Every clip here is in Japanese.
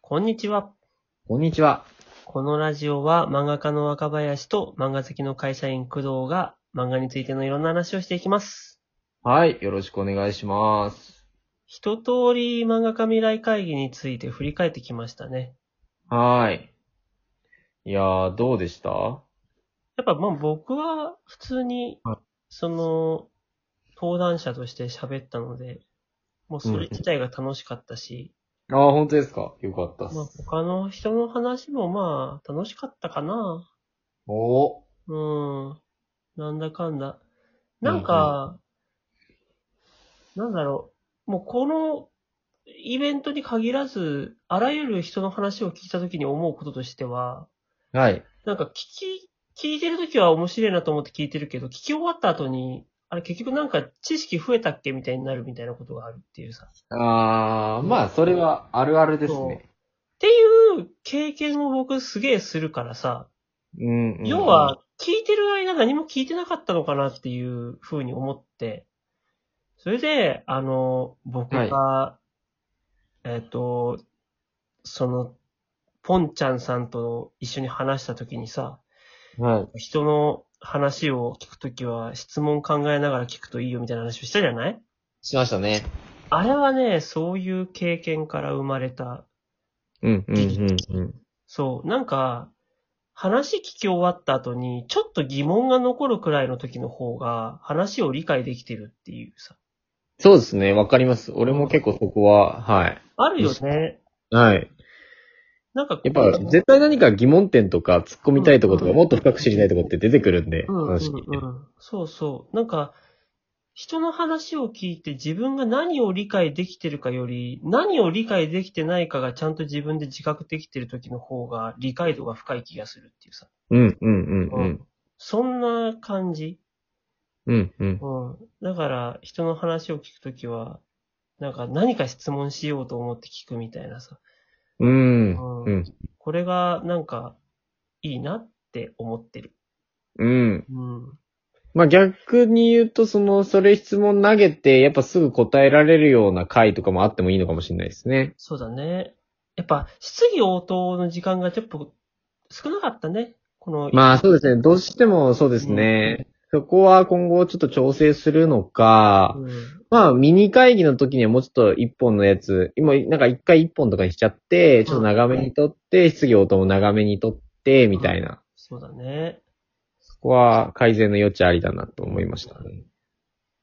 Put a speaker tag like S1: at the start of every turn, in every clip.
S1: こんにちは。
S2: こんにちは。
S1: このラジオは漫画家の若林と漫画好きの会社員工藤が漫画についてのいろんな話をしていきます。
S2: はい、よろしくお願いします。
S1: 一通り漫画家未来会議について振り返ってきましたね。
S2: はーい。いやー、どうでした
S1: やっぱまあ僕は普通に
S2: はい、
S1: その、登壇者として喋ったので、もうそれ自体が楽しかったし、
S2: あー、本当ですかよかったっす。
S1: まあ他の人の話もまあ楽しかったかな。
S2: おー
S1: うん。なんだかんだ。なんか、なんだろう。もうこのイベントに限らず、あらゆる人の話を聞いたときに思うこととしては、
S2: はい。
S1: なんか聞き、聞いてるときは面白いなと思って聞いてるけど、聞き終わった後に、あれ結局なんか知識増えたっけみたいになるみたいなことがあるっていうさ。っ
S2: あー、まあ、それはあるあるですね。
S1: ていう経験を僕すげえするからさ、
S2: うん、うん。
S1: 要は、聞いてる間何も聞いてなかったのかなっていうふうに思って、それで、あの、僕が、えっ、と、その、ポンちゃんさんと一緒に話したときにさ、
S2: はい。
S1: 人の話を聞くときは質問考えながら聞くといいよみたいな話をしたじゃない
S2: しましたね。
S1: あれはね、そういう経験から生まれた
S2: うん、うん、うん、うん。
S1: そう、なんか、話聞き終わった後に、ちょっと疑問が残るくらいの時の方が、話を理解できてるっていうさ。
S2: そうですね、わかります。俺も結構そこは、はい。
S1: あるよね。
S2: はい。
S1: なんか、
S2: やっぱ、絶対何か疑問点とか突っ込みたいとことか、もっと深く知りたいとこって出てくるんで、
S1: うんうんう
S2: 話聞いて。
S1: ん、そうそう。なんか、人の話を聞いて自分が何を理解できてるかより、何を理解できてないかがちゃんと自分で自覚できてる時の方が、理解度が深い気がするっていうさ。
S2: うん、うん、うん、うん。
S1: そんな感じ。
S2: うん、うん。
S1: うん。だから、人の話を聞くときは、なんか何か質問しようと思って聞くみたいなさ。
S2: うん。うん。
S1: これが、なんか、いいなって思ってる。
S2: うん。
S1: うん。
S2: まあ、逆に言うと、その、それ質問投げて、やっぱすぐ答えられるような回とかもあってもいいのかもしれないですね。
S1: そうだね。やっぱ、質疑応答の時間がちょっと少なかったね。この、
S2: まあ、そうですね。どうしてもそうですね。そこは今後ちょっと調整するのか、
S1: うん、
S2: まあ、ミニ会議の時にはもうちょっと一本のやつ、今、なんか一回一本とかにしちゃって、ちょっと長めに撮って、質疑応答も長めに撮って、みたいな。
S1: そうだね。
S2: そこは改善の余地ありだなと思いましたね。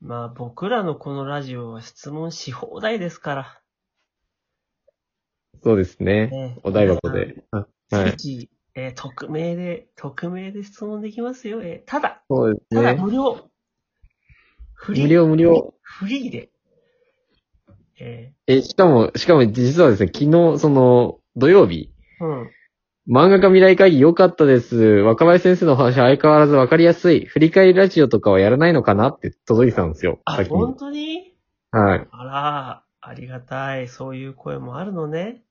S1: まあ、僕らのこのラジオは質問し放題ですから。
S2: そうですね。
S1: ね、
S2: お台箱で。あは
S1: 皆さん。
S2: い。
S1: 次、えー匿名で、匿名で質問できますよ。えーただ、
S2: そうです
S1: ただ
S2: ね。
S1: 無料。フリー。
S2: 無料無料。
S1: フリーで。え
S2: え、しかも、しかも実はですね、昨日、その、土曜日、
S1: ーうん。
S2: 漫画家未来会議良かったです。若林先生のお話相変わらず分かりやすい。振り返りラジオとかはやらないのかなって届いてたんですよ。
S1: あ、
S2: 先
S1: 本
S2: に。
S1: 当に
S2: はい。
S1: あら、ありがたい。そういう声もあるのね。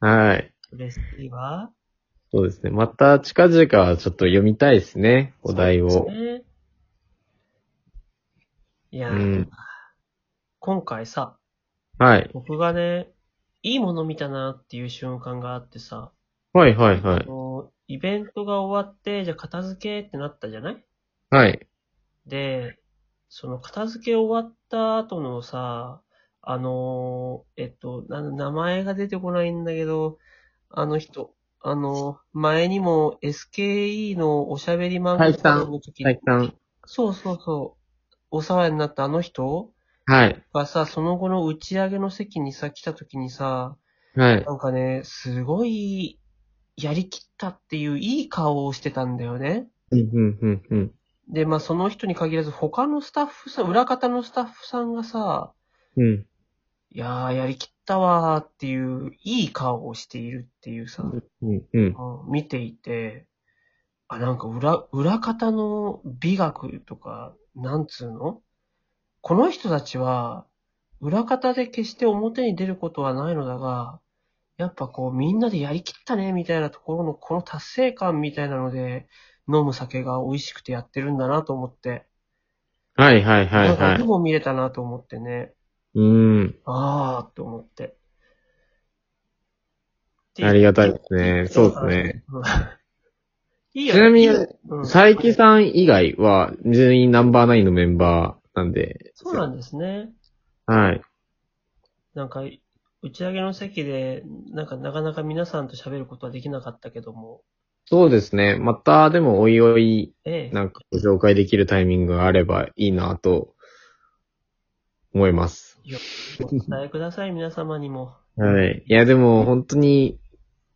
S2: はい。
S1: 嬉しいわ。
S2: そうですね。また近々ちょっと読みたいですね。お題
S1: そう
S2: を。
S1: ですねいや
S2: う
S1: ー、
S2: ん。
S1: 今回さ、
S2: はい。
S1: 僕がね、いいもの見たなっていう瞬間があってさ、
S2: はいはいはい。
S1: こうイベントが終わって、じゃあ片付けってなったじゃない
S2: はい。
S1: で、その片付け終わった後のさ、あのー、えっと、な名前が出てこないんだけど、あの人、あの、前にも SKE のおしゃべり漫画
S2: 大樹さん
S1: の時
S2: 大樹さん。
S1: そうそうそう、お世話になったあの人
S2: はい。
S1: がさ、その後の打ち上げの席にさ、来た時にさ、
S2: はい。
S1: なんかね、すごい、やりきったっていういい顔をしてたんだよね。
S2: うんうんうんうん。
S1: で、まあ、その人に限らず、他のスタッフさん、裏方のスタッフさんがさ、
S2: うん。
S1: いやー、やりきったわーっていう、いい顔をしているっていうさ、
S2: うんうん。
S1: うん見ていて、あ、なんか裏、裏方の美学とか、なんつうのこの人たちは、裏方で決して表に出ることはないのだが、やっぱこうみんなでやりきったねみたいなところのこの達成感みたいなので飲む酒が美味しくてやってるんだなと思って。
S2: はいはいはい
S1: なんか
S2: は
S1: で
S2: い。
S1: も見れたなと思ってね。
S2: うん。
S1: ああ、と思って。て
S2: ありがたいですね。そうですね。
S1: うん いいよ
S2: ちなみに
S1: いいようん
S2: 佐伯さん以外は、全員ナンバーナインのメンバーなんで。
S1: そうなんですね。
S2: はい。
S1: なんか、打ち上げの席で、なんかなかなか皆さんと喋ることはできなかったけども、
S2: そうですね。また、でも、おいおい、
S1: ええ、
S2: なんかご紹介できるタイミングがあればいいなと、思います。
S1: お伝えください、皆様にも。
S2: はい。いや、でも、本当に、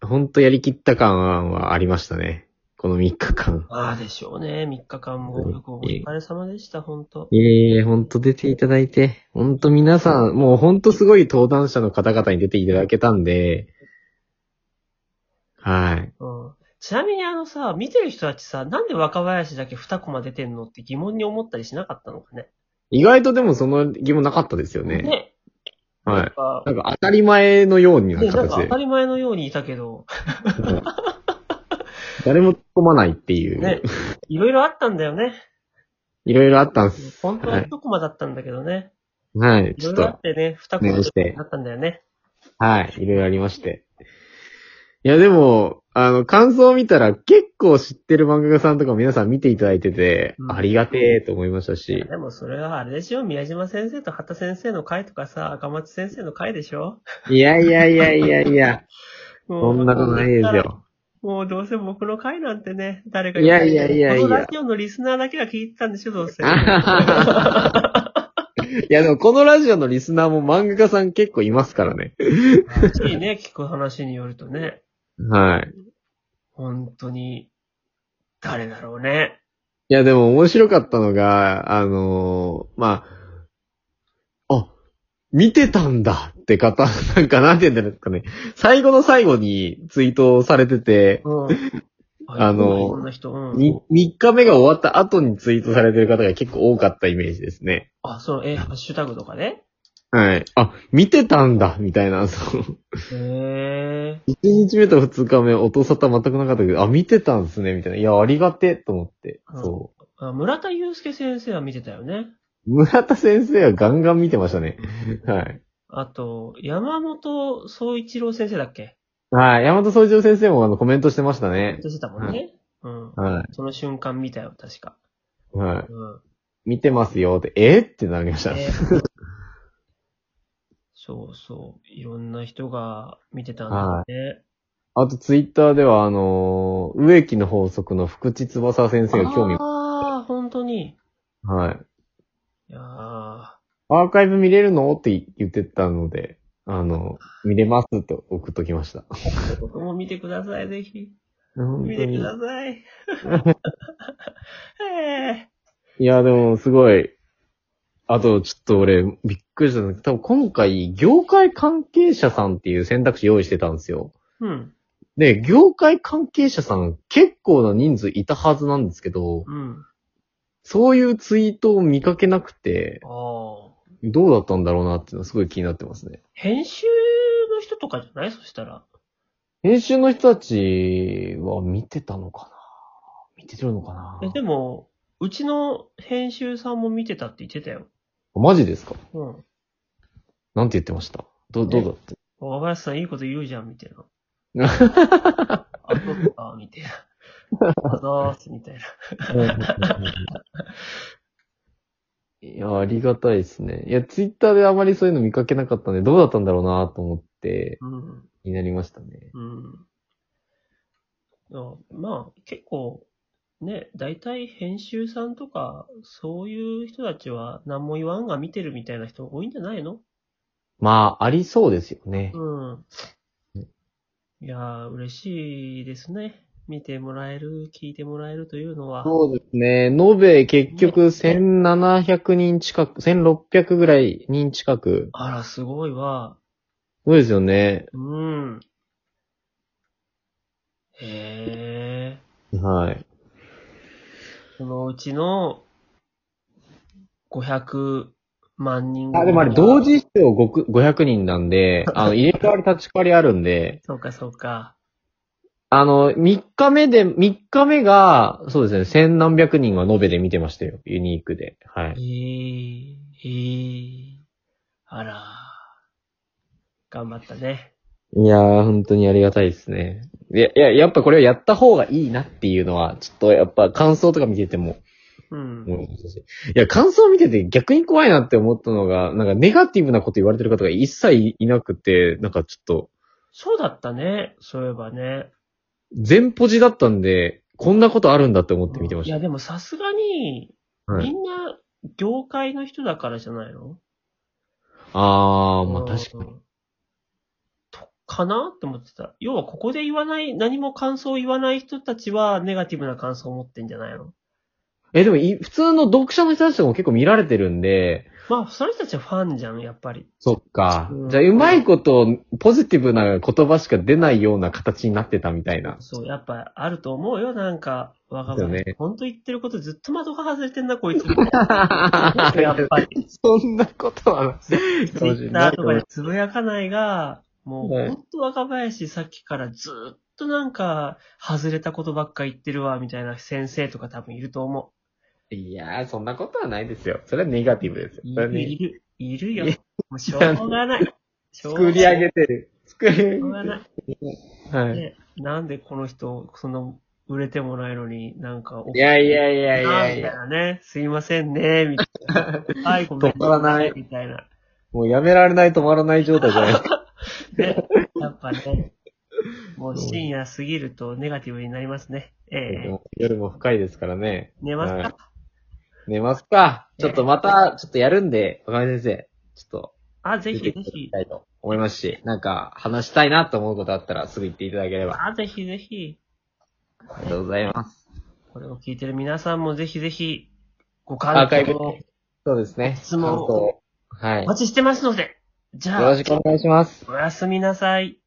S2: 本当やりきった感はありましたね。この3日間。
S1: ああでしょうね、3日間もご旅行お疲れ様でした、本当
S2: いえいえ、ほんと出ていただいて、ほんと皆さん、もうほんとすごい登壇者の方々に出ていただけたんで、はい。
S1: うん。ちなみにあのさ、見てる人たちさ、なんで若林だけ2コマ出てんのって疑問に思ったりしなかったのかね。
S2: 意外とでもその疑問なかったですよね。
S1: ね。
S2: は
S1: なん
S2: い。
S1: か、
S2: なんか当たり前のようにな
S1: ねなん
S2: 形
S1: か当
S2: で
S1: た。り前のようにいたけど、
S2: うん誰も突っ込まないっていう。
S1: ね、いろいろあったんだよね。
S2: いろいろあったんです。
S1: 本当は1コマだったんだけどね。
S2: はい。
S1: いろ
S2: ちょっ
S1: いろあ
S2: と
S1: っ、てね、2コマになったんだよね。
S2: はい。いろいろありまして。いや、でも、あの、感想を見たら結構知ってる漫画家さんとか皆さん見ていただいてて、
S1: うん
S2: ありがてえと思いましたし。
S1: でもそれはあれでしょ宮島先生と畑先生の会とかさ、赤松先生の会でしょ
S2: いやいやいやいや いや、
S1: も
S2: そ
S1: うん
S2: なことないで すよ。
S1: もうどうせ僕の会なんてね、誰か
S2: いやいやいやいや
S1: このラジオのリスナーだけが聞いてたんでしょ、どうせ。
S2: あはははいやでもこのラジオのリスナーも漫画家さん結構いますからね。
S1: いいね、聞く話によるとね。
S2: はい。
S1: 本当に、誰だろうね。
S2: いやでも面白かったのが、あのーまあ、あ、見てたんだって方、 なんかなんて言うんですかね。最後の最後にツイートされてて、
S1: うん。
S2: あの
S1: こんな人、うん。
S2: 3日目が終わった後にツイートされてる方が結構多かったイメージですね。
S1: あ、そう、え、ハッシュタグとかね。
S2: はい。あ、見てたんだみたいな、 そう。
S1: へえ。
S2: 一日目と二日目、音沙汰全くなかったけど、あ、見てたんですね、みたいな。いや、ありがてえと思って。
S1: うん
S2: そ
S1: あ村田祐介先生は見てたよね。
S2: う。村田先生はガンガン見てましたね。はい。
S1: あと、山本総一郎先生だっけ
S2: はい。山田総一郎先生もあのコメントしてましたね。
S1: 出てたもんね。うん。
S2: は
S1: その瞬間見たよ、確か。
S2: い。は
S1: うん。
S2: い。見てますよって、えってなりました。
S1: ねそうそう。いろんな人が見てたんだね。
S2: あと、ツイッターでは、あのー植木の法則の福地翼先生が興味、
S1: ああ、本当に。
S2: は
S1: い
S2: い。
S1: やー
S2: アーカイブ見れるのって言ってたので、あの、見れますって送っときました。
S1: 僕も見てください、ぜひ。
S2: 本
S1: 見
S2: 当
S1: て
S2: に
S1: ください。え
S2: いや、でも、すごい。あと、ちょっと俺、びっくりしたんだけど、多分今回、業界関係者さんっていう選択肢用意してたんですよ。
S1: ーうん。
S2: で、業界関係者さん、結構な人数いたはずなんですけど、
S1: うん。
S2: そういうツイートを見かけなくて、
S1: ああ。
S2: どうだったんだろうなっていうのはすごい気になってますね。
S1: 編集の人とかじゃないそしたら。
S2: 編集の人たちは見てたのかな見てるのかな
S1: え、でも、うちの編集さんも見てたって言ってたよ。
S2: マジですか
S1: うん。
S2: なんて言ってましたど、どうだって。
S1: 若林さんいいこと言うじゃん、みたいな。あ、そっか、みたいな。あざーす、みたいな。
S2: いや、ありがたいですね。いや、ツイッターであまりそういうの見かけなかったんで、どうだったんだろうなと思って、
S1: うん。
S2: 気になりましたね。
S1: うん。あまあ、結構、ね、大体編集さんとか、そういう人たちは何も言わんが見てるみたいな人多いんじゃないの
S2: まあ、ありそうですよね。
S1: うん
S2: ね。
S1: いやー、嬉しいですね。見てもらえる、聞いてもらえるというのは。
S2: そうですね。延べ結局1700人近く、1600ぐらい人近く。
S1: あら、すごいわ。
S2: そうですよね。
S1: うん。へえ。
S2: はい。
S1: そのうちの、500万人
S2: あ、でもあれ、同時視聴5 500人なん で、あの、入れ替わり立ち替わりあるんで、
S1: そうか、そうか。
S2: あの、3日目で、3日目が、そうですね、千何百人が延べで見てましたよ。ユニークで。は
S1: え
S2: い。
S1: ー、えー、あら、頑張ったね。
S2: いやー、本当にありがたいですね。いや、いや、やっぱこれをやった方がいいなっていうのは、ちょっとやっぱ感想とか見てても
S1: うん。
S2: 思いましたし。いや、感想見てて逆に怖いなって思ったのが、なんかネガティブなこと言われてる方が一切いなくて、なんかちょっと、
S1: そうだったね。そういえばね。
S2: 全ポジだったんで、こんなことあるんだって思って見てまし
S1: い
S2: た
S1: や、。でもさすがに、
S2: はい
S1: みんな、業界の人だからじゃないの
S2: あー、まあ確かに。
S1: に。とかなって思ってた。要はここで言わない、何も感想を言わない人たちは、ネガティブな感想を持ってんじゃないの
S2: え、でもい、普通の読者の人たちとかも結構見られてるんで、
S1: まあ、その人たちはファンじゃん、やっぱり。
S2: そっか
S1: うん
S2: じゃあ、うまいこと、ポジティブな言葉しか出ないような形になってたみたいな。
S1: そう、やっぱあると思うよ、なんか。若
S2: だよ
S1: 林。
S2: ね
S1: ほんと言ってることずっと窓が外れてんな、こい つ。や
S2: や
S1: っぱり。
S2: そんなことはない。
S1: ツイッターとかでつぶやかないが、もう
S2: はい
S1: ほんと若林さっきからずっとなんか、外れたことばっか言ってるわ、みたいな先生とか多分いると思
S2: いやー、そんなことはないですよ。それはネガティブですよ
S1: う。。い
S2: それは
S1: る、
S2: ね
S1: いる、いるよ
S2: いや。
S1: もうしょうがない。しょうがない
S2: 作り上げてる。作り上
S1: しょうが
S2: げ
S1: ない。
S2: てる。はい。
S1: ねなんでこの人、その、売れてもないのになんか、
S2: いやいやいやい
S1: なあ
S2: や
S1: み
S2: い
S1: たい
S2: や。
S1: なね。すいませんね、みたいな。はい、ごめん
S2: 止まらない
S1: みたいな。
S2: もうやめられない、止まらない状態じゃないです か。
S1: ね、やっぱね、もう深夜過ぎるとネガティブになりますね。ええ
S2: 夜も深いですからね。
S1: 寝ますか、
S2: はい寝ますか。ちょっとまた、ちょっとやるんで、若林先生、ちょっと。
S1: あ、ぜ
S2: ぜ
S1: ひ
S2: ひ、
S1: ぜ
S2: ぜひ
S1: ひ。。
S2: たいと思いますし、なんか、話したいなと思うことあったら、すぐ言っていただければ。
S1: あ、ぜひぜひ。
S2: ありがとうございます。
S1: これを聞いてる皆さんもぜひぜひ、ご
S2: ア
S1: 感
S2: ーカイブ
S1: 想を
S2: そうですね。
S1: 質問を
S2: 感想はい。
S1: お
S2: よ
S1: 待ちしてますので。じゃ
S2: ろ
S1: あ、
S2: しくお願いします。
S1: おやすみなさい。